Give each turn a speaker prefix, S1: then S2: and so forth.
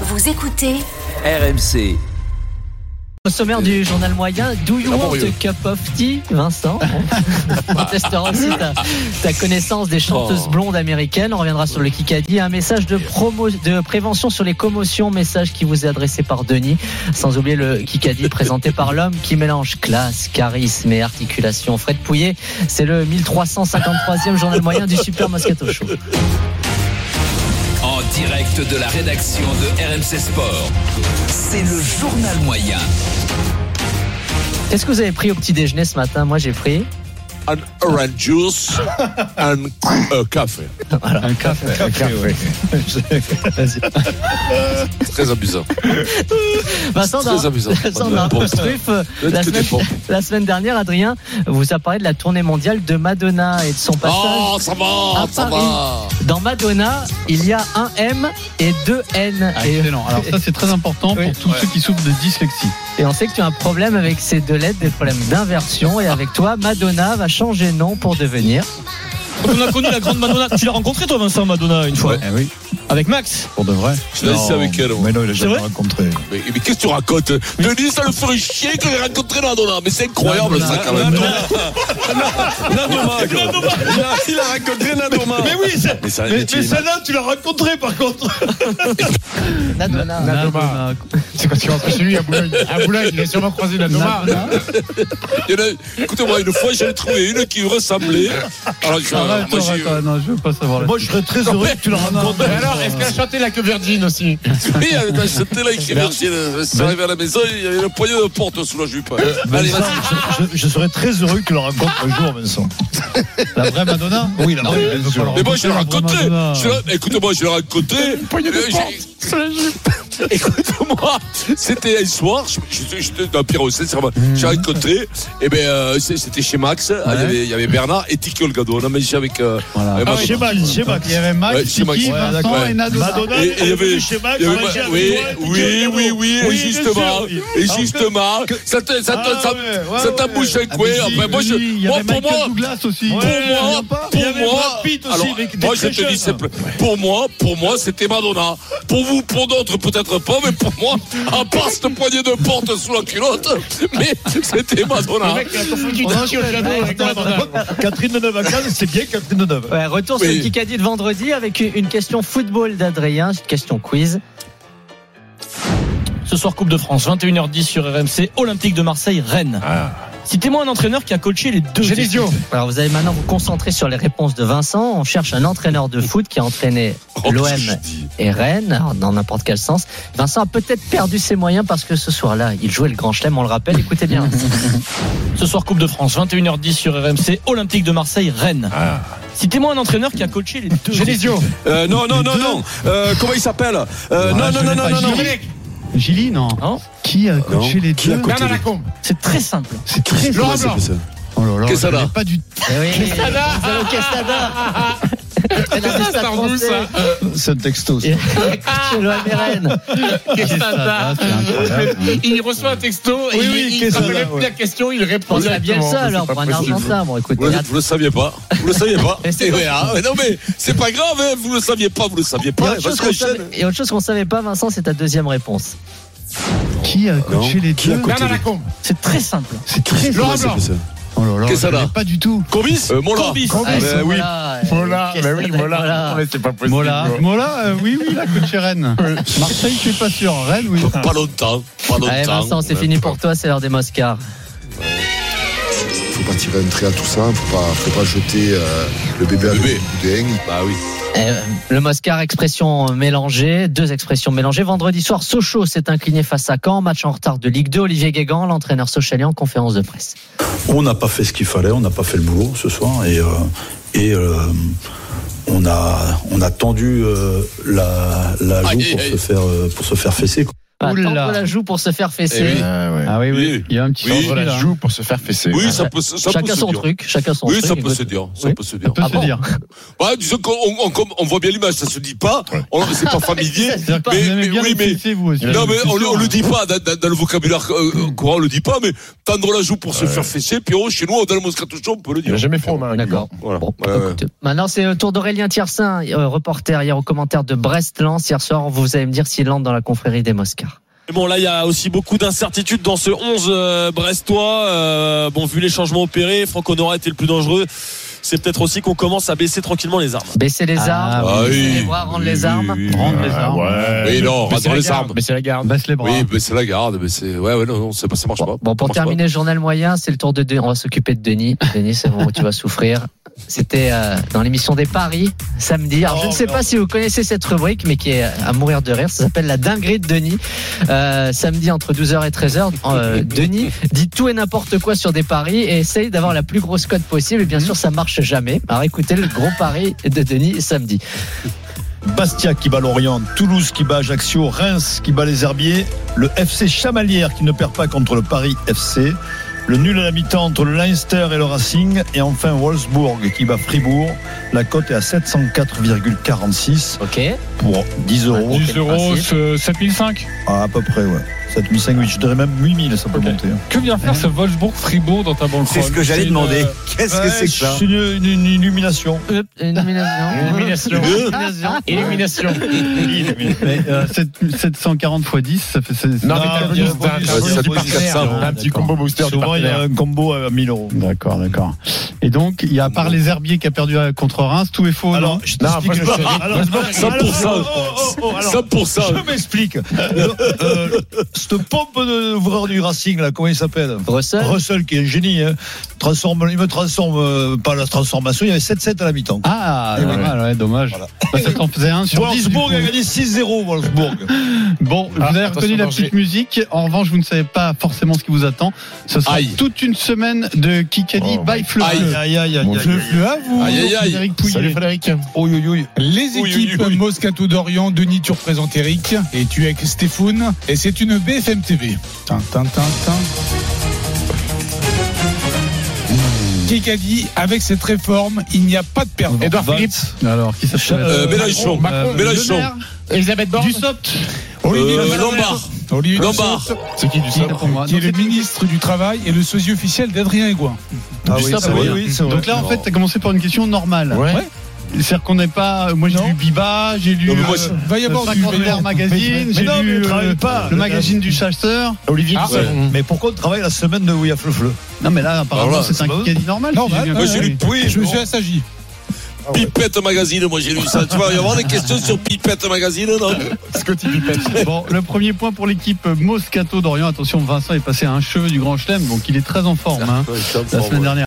S1: Vous écoutez
S2: RMC.
S3: Au sommaire du journal moyen, Do You Want
S4: Laborieux.
S3: a Cup of Tea, Vincent On testera aussi ta, ta connaissance des chanteuses
S4: Oh.
S3: blondes américaines. On reviendra sur le Kikadi. Un message de, promo, de prévention sur les commotions, message qui vous est adressé par Denis. Sans oublier le Kikadi présenté par l'homme qui mélange classe, charisme et articulation. Fred Pouillet, c'est le 1353e journal moyen du Super Moscato Show.
S2: En direct de la rédaction de RMC Sport. C'est le journal moyen.
S3: Qu'est-ce que vous avez pris au petit déjeuner ce matin Moi j'ai pris
S4: un orange juice, un euh, café.
S5: Un café, un café,
S4: Très amusant.
S3: Vincent
S4: C'est très
S3: d'un-
S4: amusant.
S3: Vincent d'un
S4: Pommes.
S3: truffe. La
S4: Peut-être que des
S3: semaine,
S4: pommes.
S3: la semaine dernière, Adrien, vous a parlé de la tournée mondiale de Madonna et de son passage.
S4: Oh, ça va,
S3: à
S4: ça va.
S3: Paris. Dans Madonna, il y a un M et deux N.
S4: Ah,
S3: Et,
S5: Excellent. Alors ça c'est très important
S3: Oui.
S5: pour tous ceux qui souffrent de dyslexie.
S3: et on sait que tu as un problème avec ces deux lettres, des problèmes d'inversion. Et avec toi, Madonna va changer de nom pour devenir.
S6: On a connu la grande Madonna. Tu l'as rencontré toi, Vincent Madonna, une fois
S5: Eh oui,
S6: Avec Max
S5: pour de vrai.
S4: Je l'ai laissé
S5: Non,
S4: avec elle, moi.
S5: Mais non, il a jamais
S6: vrai
S5: rencontré.
S4: Mais, mais qu'est-ce que tu racontes Denis, ça le ferait chier que j'ai rencontré Madonna. Mais c'est incroyable,
S3: Madonna.
S4: ça, quand même.
S6: Nadoma Il a rencontré Nadoma Mais oui c'est-
S4: Oh. Mais ça,
S6: mais,
S4: mais tu-
S6: mais celle-là, tu l'as rencontré par contre
S3: Madonna.
S5: Nadoma. C'est quand tu rentres chez lui à Boulogne. À Boulogne, il a sûrement croisé la Doma.
S4: il y en a- Écoutez-moi, une fois, j'ai trouvé une qui me ressemblait. Alors, je-
S5: Arrête,
S4: Ah, moi,
S5: arrête,
S4: j'ai-
S5: arrête, non, je veux pas savoir. la-
S6: Moi, je serais très heureux que tu l'as rencontré.
S5: alors, est-ce qu'elle a chanté la queue Virgin aussi
S4: Oui, elle était achetée là, écrit merci. Je suis arrivé à la maison, euh, il y avait le poignet de porte sous la
S6: Euh,
S4: jupe. Allez, vas-y.
S6: je, serais très heureux que tu le rencontres un jour, Vincent. La vraie Madonna Oui, la vraie
S4: Mais moi, je l'ai raconté.
S5: Madonna.
S4: Je l'ai- Écoute-moi, je l'ai raconté. Euh, j'ai- Écoute-moi, c'était un soir, je- je- j'étais dans Pierrot, sincèrement.
S6: Hmm.
S4: J'ai raconté, et ben, euh, c'est- c'était chez Max, Ah, il y avait- il y avait Bernard et Tiki Olgado. On a mangé avec. euh,
S5: Voilà.
S4: avec Max.
S6: Ah, Chez Max, chez Max.
S5: Il y avait Max,
S4: Ouais, c'est Max.
S5: Tiki,
S4: Ouais,
S5: Vincent
S4: d'accord.
S5: et Nadoma.
S6: Madonna,
S4: Et- et
S6: elle
S4: il y
S6: est
S4: avait-
S6: venue chez Max,
S4: il y avait-
S6: manger avec
S4: oui,
S6: toi, et puis
S4: oui,
S6: tu
S4: oui,
S6: l'as
S4: oui,
S6: vu.
S4: et
S6: bien
S4: justement,
S6: sûr. Ah,
S4: et
S6: Alors que-
S4: justement, ça te, ça te,
S6: Ah,
S4: ça,
S6: ouais,
S4: ça
S6: ouais,
S4: t'abouche un
S5: Ah,
S4: couet.
S5: mais si,
S4: Après, moi,
S5: oui,
S4: je,
S5: il y
S4: moi,
S5: avait
S4: pour
S5: Michael
S4: moi,
S5: Douglas aussi.
S4: pour
S6: Ouais, il y
S4: moi,
S6: a pas- il y
S4: pour
S6: avait
S4: moi,
S6: Brad Pitt aussi,
S4: alors,
S6: avec des
S4: moi je
S6: très
S4: te dis
S6: jeunes.
S4: simple, pour moi, pour moi, c'était Madonna. Pour vous, pour d'autres peut-être pas, mais pour moi, à part cette poignée de porte sous la culotte, mais c'était Madonna.
S6: Catherine Deneuve à Cannes, c'est bien Catherine Deneuve.
S3: Ouais, retour sur
S4: Oui.
S3: le Kikadi de vendredi avec une- une question football d'Adrien, une question quiz.
S7: Ce soir, Coupe de France, 21h10 sur RMC, Olympique de Marseille, Rennes. Citez-moi un entraîneur qui a coaché les deux.
S5: Genesio.
S3: Alors vous allez maintenant vous concentrer sur les réponses de Vincent. On cherche un entraîneur de foot qui a entraîné
S4: Oh,
S3: l'OM
S4: qu'est-ce que je dis
S3: et Rennes, alors, dans n'importe quel sens. Vincent a peut-être perdu ses moyens parce que ce soir-là, il jouait le Grand Chelem, on le rappelle. Écoutez bien.
S7: Ce soir, Coupe de France, 21h10 sur RMC, Olympique de Marseille, Rennes. Citez-moi un entraîneur qui a coaché les deux.
S5: Genesio.
S8: Euh, non, non, non, non. Euh, comment il s'appelle euh,
S5: Ah,
S8: Non,
S5: je
S8: non,
S5: l'ai
S8: non,
S5: pas
S8: non, non, non.
S5: dit. Gilly, non.
S7: Non.
S5: Qui a coaché les
S8: Qui a
S5: deux
S8: coaché les-
S5: Lacombe.
S7: C'est très simple.
S5: C'est très
S8: Comment
S5: simple.
S8: il s'appelle ça
S5: Oh là là,
S4: Quesada.
S5: je l'ai pas du
S3: Eh oui, Gonzalo Quesada. Et là, c'est un Français.
S5: C'est un texto.
S3: Et- Chez l'OM et Rennes.
S7: Ah,
S5: Quesada, Ah, c'est incroyable.
S9: Il reçoit un texto et
S5: Oui,
S9: il-
S5: oui,
S9: il
S5: qu'est-ce
S9: ne
S5: que
S9: connaît
S5: ça,
S9: plus
S5: ouais.
S9: la question, il répond.
S3: On a bien
S5: Exactement,
S3: ça
S5: mais
S3: alors
S5: c'est
S3: pour
S5: pas
S3: un
S5: possible.
S3: Argentin. Bon, écoutez,
S4: Vous le,
S3: là-
S4: vous le saviez pas, vous le saviez pas.
S3: Mais c'est
S4: Eh
S3: pas-
S4: ouais, hein, mais non mais c'est pas grave, hein, vous le saviez pas, vous le saviez
S3: Et
S4: pas.
S3: autre
S4: Parce
S3: chose
S4: qu'on
S3: qu'on
S4: enchaîne.
S3: savait- et autre chose qu'on savait pas, Vincent, c'est ta deuxième réponse.
S5: Qui a
S8: Non.
S5: coaché les
S8: Qui a
S5: deux
S8: coaché les-
S7: C'est très simple.
S3: Ah,
S5: C'est très
S8: Comment il
S5: simple.
S8: s'appelle ça
S5: Oh là là,
S4: Qu'est-ce
S5: je
S4: là
S5: l'ai pas du tout.
S4: Corbis euh, Mola.
S7: Corbis.
S5: Ah,
S3: Voilà,
S5: oui. Eh
S3: euh, Quesada, voilà.
S9: c'est pas possible.
S5: Mola, Mola, euh, oui, oui, il a coaché Rennes. Marseille, je suis pas sûr. Rennes, oui.
S4: Pas longtemps, pas longtemps.
S3: Allez Vincent, c'est fini pour toi, c'est l'heure des Moscars.
S10: faut pas tirer un trait à tout ça, faut pas, faut pas jeter euh, le bébé avec
S4: Bébé.
S10: le boudin.
S4: Ah, Bah oui.
S3: Euh, le Moscar, expression mélangée, deux expressions mélangées. Vendredi soir, Sochaux s'est incliné face à Caen, match en retard de Ligue 2. Olivier Guégan, l'entraîneur sochalien, en conférence de presse.
S11: On n'a pas fait ce qu'il fallait, on n'a pas fait le boulot ce soir et, euh, et euh, on, a, on a tendu euh, la, la joue
S4: Aïe, aïe,
S11: pour,
S4: aïe.
S11: Se faire, euh, pour se faire fesser. quoi.
S3: pas
S5: Oula.
S3: tendre la joue pour se faire fesser.
S4: Eh oui.
S5: Ah oui, oui. Il y a un petit
S4: Oui.
S5: tendre la joue pour se faire fesser.
S4: Oui, ça peut, ça peut
S3: chacun
S4: se
S3: son
S4: dire.
S3: truc, chacun son
S4: Oui,
S3: truc.
S4: ça peut
S3: écoute.
S4: se dire. Ça
S3: Oui.
S4: peut se dire.
S6: peut
S3: Ah
S6: se
S3: bon
S6: dire.
S4: Bah, disons qu'on on, on- on voit bien l'image, ça se dit pas. On C'est pas familier.
S6: C'est-à-dire que
S4: Mais-
S6: vous aimez
S4: mais-
S6: bien
S4: oui,
S6: les
S4: mais-
S6: fessées, vous aussi.
S4: Non, mais
S6: C'est
S4: on,
S6: sûr,
S4: on le
S6: hein.
S4: dit pas dans, dans- dans le vocabulaire euh, euh, courant, on le dit pas, mais tendre la joue pour se faire fesser, puis oh, chez nous, dans le Moscato Show, on peut le
S5: Il
S4: dire.
S5: n'a jamais froid aux mains.
S3: D'accord.
S4: Voilà. Euh,
S3: Bon,
S4: Ouais, ouais.
S3: écoute, Maintenant, c'est au tour d'Aurélien Tiersin, euh, reporter hier au commentaire de Brest-Lens. Hier soir, vous allez me dire s'il entre dans la confrérie des Moscars.
S1: Mais Bon là il y a aussi beaucoup d'incertitudes dans ce 11 euh, brestois. Euh, bon vu les changements opérés, Franck Honora était le plus dangereux. C'est peut-être aussi qu'on commence à baisser tranquillement les armes.
S3: Baisser les
S6: Ah,
S3: armes,
S4: Ah
S3: baisser
S4: oui.
S3: les bras, rendre
S4: Oui,
S3: les
S4: oui,
S3: armes.
S4: oui, oui.
S6: Rendre les armes.
S4: Oui, non,
S5: Mais c'est
S4: dans
S5: la
S4: les
S5: garde,
S4: armes.
S5: Mais c'est la garde.
S6: Baisse les bras.
S4: Oui, mais c'est la garde, mais c'est. Ouais, ouais, non, non, c'est pas- ça marche pas.
S3: Bon, bon, pour
S4: Ça marche
S3: terminer le journal moyen, c'est le tour de Denis. On va s'occuper de Denis. Denis, c'est bon, tu vas souffrir. C'était euh, dans l'émission des paris samedi. Alors, je ne sais pas si vous connaissez cette rubrique, mais qui est euh, à mourir de rire. Ça s'appelle la dinguerie de Denis. Euh, samedi entre 12h et 13h, euh, Denis dit tout et n'importe quoi sur des paris et essaye d'avoir la plus grosse cote possible. Et bien sûr, ça marche jamais. Alors, écoutez le gros pari de Denis samedi.
S11: Bastia qui bat Lorient, Toulouse qui bat Ajaccio, Reims qui bat les Herbiers, le FC Chamalières qui ne perd pas contre le Paris FC, le nul à la mi-temps entre le Leinster et le Racing, et enfin Wolfsburg qui bat Fribourg. La cote est à 704,46
S3: Ok.
S11: pour
S5: Ah,
S11: 10 euros, Ah,
S5: 10 euros,
S3: Principe.
S5: ce 7005.
S11: à, à peu près, ouais. 7500, je dirais même 8000, ça peut
S5: Ok.
S11: monter. hein.
S5: Que vient faire ce Wolfsburg-Fribourg dans ta banque
S8: C'est ce que j'allais demander.
S5: euh,
S8: Qu'est-ce que c'est que ça
S11: C'est une, une- une illumination.
S3: Hop, une
S5: Une
S3: Illumination.
S5: illumination. Illumination.
S6: Mais euh, 7- 740 x 10, ça fait. c'est-
S5: Non, mais
S11: Ah,
S5: t'as
S11: bien,
S5: le-
S11: bon,
S5: t'as-
S11: bien,
S5: t'as
S11: bon,
S5: le-
S11: c'est
S5: du
S11: pas
S5: partenaire,
S11: ça,
S5: t'as un
S11: bon,
S5: petit
S11: d'accord.
S5: combo booster. du
S11: Souvent, il y a
S5: partenaire.
S11: un combo à 1000 euros.
S6: D'accord, d'accord. Et donc, il y a à part les herbiers qui a perdu euh, contre Reims, tout est faux.
S11: Alors,
S6: non
S11: je
S5: Non, moi, je
S11: t'explique. le
S5: peux-
S11: chéri. Ah, Alors, alors,
S4: 100%.
S11: alors, oh, oh, oh,
S4: pas.
S11: alors,
S4: Ça pour ça.
S11: Je m'explique. Le- euh, Cette pompe de ouvreur du Racing, là, comment il s'appelle
S3: Russell.
S11: Russell, qui est un génie, hein, transforme, il me transforme, euh, pas la transformation, il y avait 7-7 à la mi-temps.
S6: Ah,
S11: Eh
S6: pas
S11: oui.
S6: mal, ouais, dommage.
S11: Voilà.
S6: Bah, ça t'en faisait un sur 10. du
S11: Wolfsburg
S6: coup.
S11: a gagné 6-0, Wolfsburg.
S6: Bon,
S5: Ah,
S6: vous avez
S5: attention,
S6: reconnu la
S5: danger.
S6: petite musique. En revanche, vous ne savez pas forcément ce qui vous attend. Ce sera
S4: Aïe.
S6: toute une semaine de Kikadi
S5: Oh.
S6: by Fleu.
S11: Aïe, aïe, aïe, aïe.
S5: Mon
S11: aïe.
S5: Dieu.
S4: Aïe, aïe, aïe.
S6: Frédéric
S5: Salut
S6: Pouillet.
S5: Frédéric.
S11: Oui, oui, oui.
S12: Les
S4: Oui,
S12: équipes
S4: oui, oui.
S12: Moscato d'Orient, Denis, tu représentes Eric et tu es avec Stéphane et c'est une BFM TV. Tin, tin, tin, tin. Kikadi, avec cette réforme, il n'y a pas de perdant.
S5: Edouard
S11: Vingt.
S5: Philippe.
S6: Alors, qui s'appelle
S4: Euh,
S12: Macron,
S4: Mélenchon.
S12: Macron,
S4: Mélenchon.
S5: Elisabeth Borne.
S12: Olivier
S4: Euh,
S12: Dussopt.
S4: Lombard.
S12: Olivier
S4: Lombard.
S12: Dussopt,
S5: C'est qui du
S6: Qui est
S5: sabre
S6: pour moi
S12: qui est
S6: Donc,
S12: le
S6: c'est-
S12: ministre du Travail et le sosie officiel d'Adrien Aigouin.
S11: Ah
S6: Du
S11: oui,
S6: sable,
S11: c'est vrai,
S6: oui.
S11: oui, c'est vrai.
S6: Donc là, en fait, t'as commencé par une question normale.
S5: Ouais.
S6: C'est-à-dire qu'on n'est pas. euh, Moi, j'ai
S12: Non.
S6: lu Biba, j'ai lu.
S4: Non, mais moi,
S6: euh,
S4: c'est-
S12: Va y avoir du
S6: 50
S12: mais non.
S6: Air Magazine, j'ai
S11: Mais non, mais
S6: lu
S11: travaille
S6: euh,
S11: pas.
S6: le magazine du chasseur.
S5: Olivier
S12: Ah,
S5: Dussopt.
S4: ouais.
S11: Mais pourquoi on travaille la semaine de Ouya Fleu
S6: Non, mais là, apparemment,
S4: Alors là,
S6: c'est un
S11: c'est pas-
S6: caddie normal.
S12: Non,
S6: si
S12: bah,
S6: j'ai bien
S12: ouais,
S4: Moi,
S6: compris.
S4: j'ai lu oui,
S12: Je me
S4: bon.
S12: suis assagi.
S4: Pipette Magazine, moi, j'ai lu ça. Tu vas y avoir des questions sur Pipette Magazine, non
S5: Scotty Pippen.
S6: Bon, le premier point pour l'équipe euh, Moscato d'Orient. Attention, Vincent est passé à un cheveu du Grand Chelem, donc il est très en forme. hein, la semaine dernière.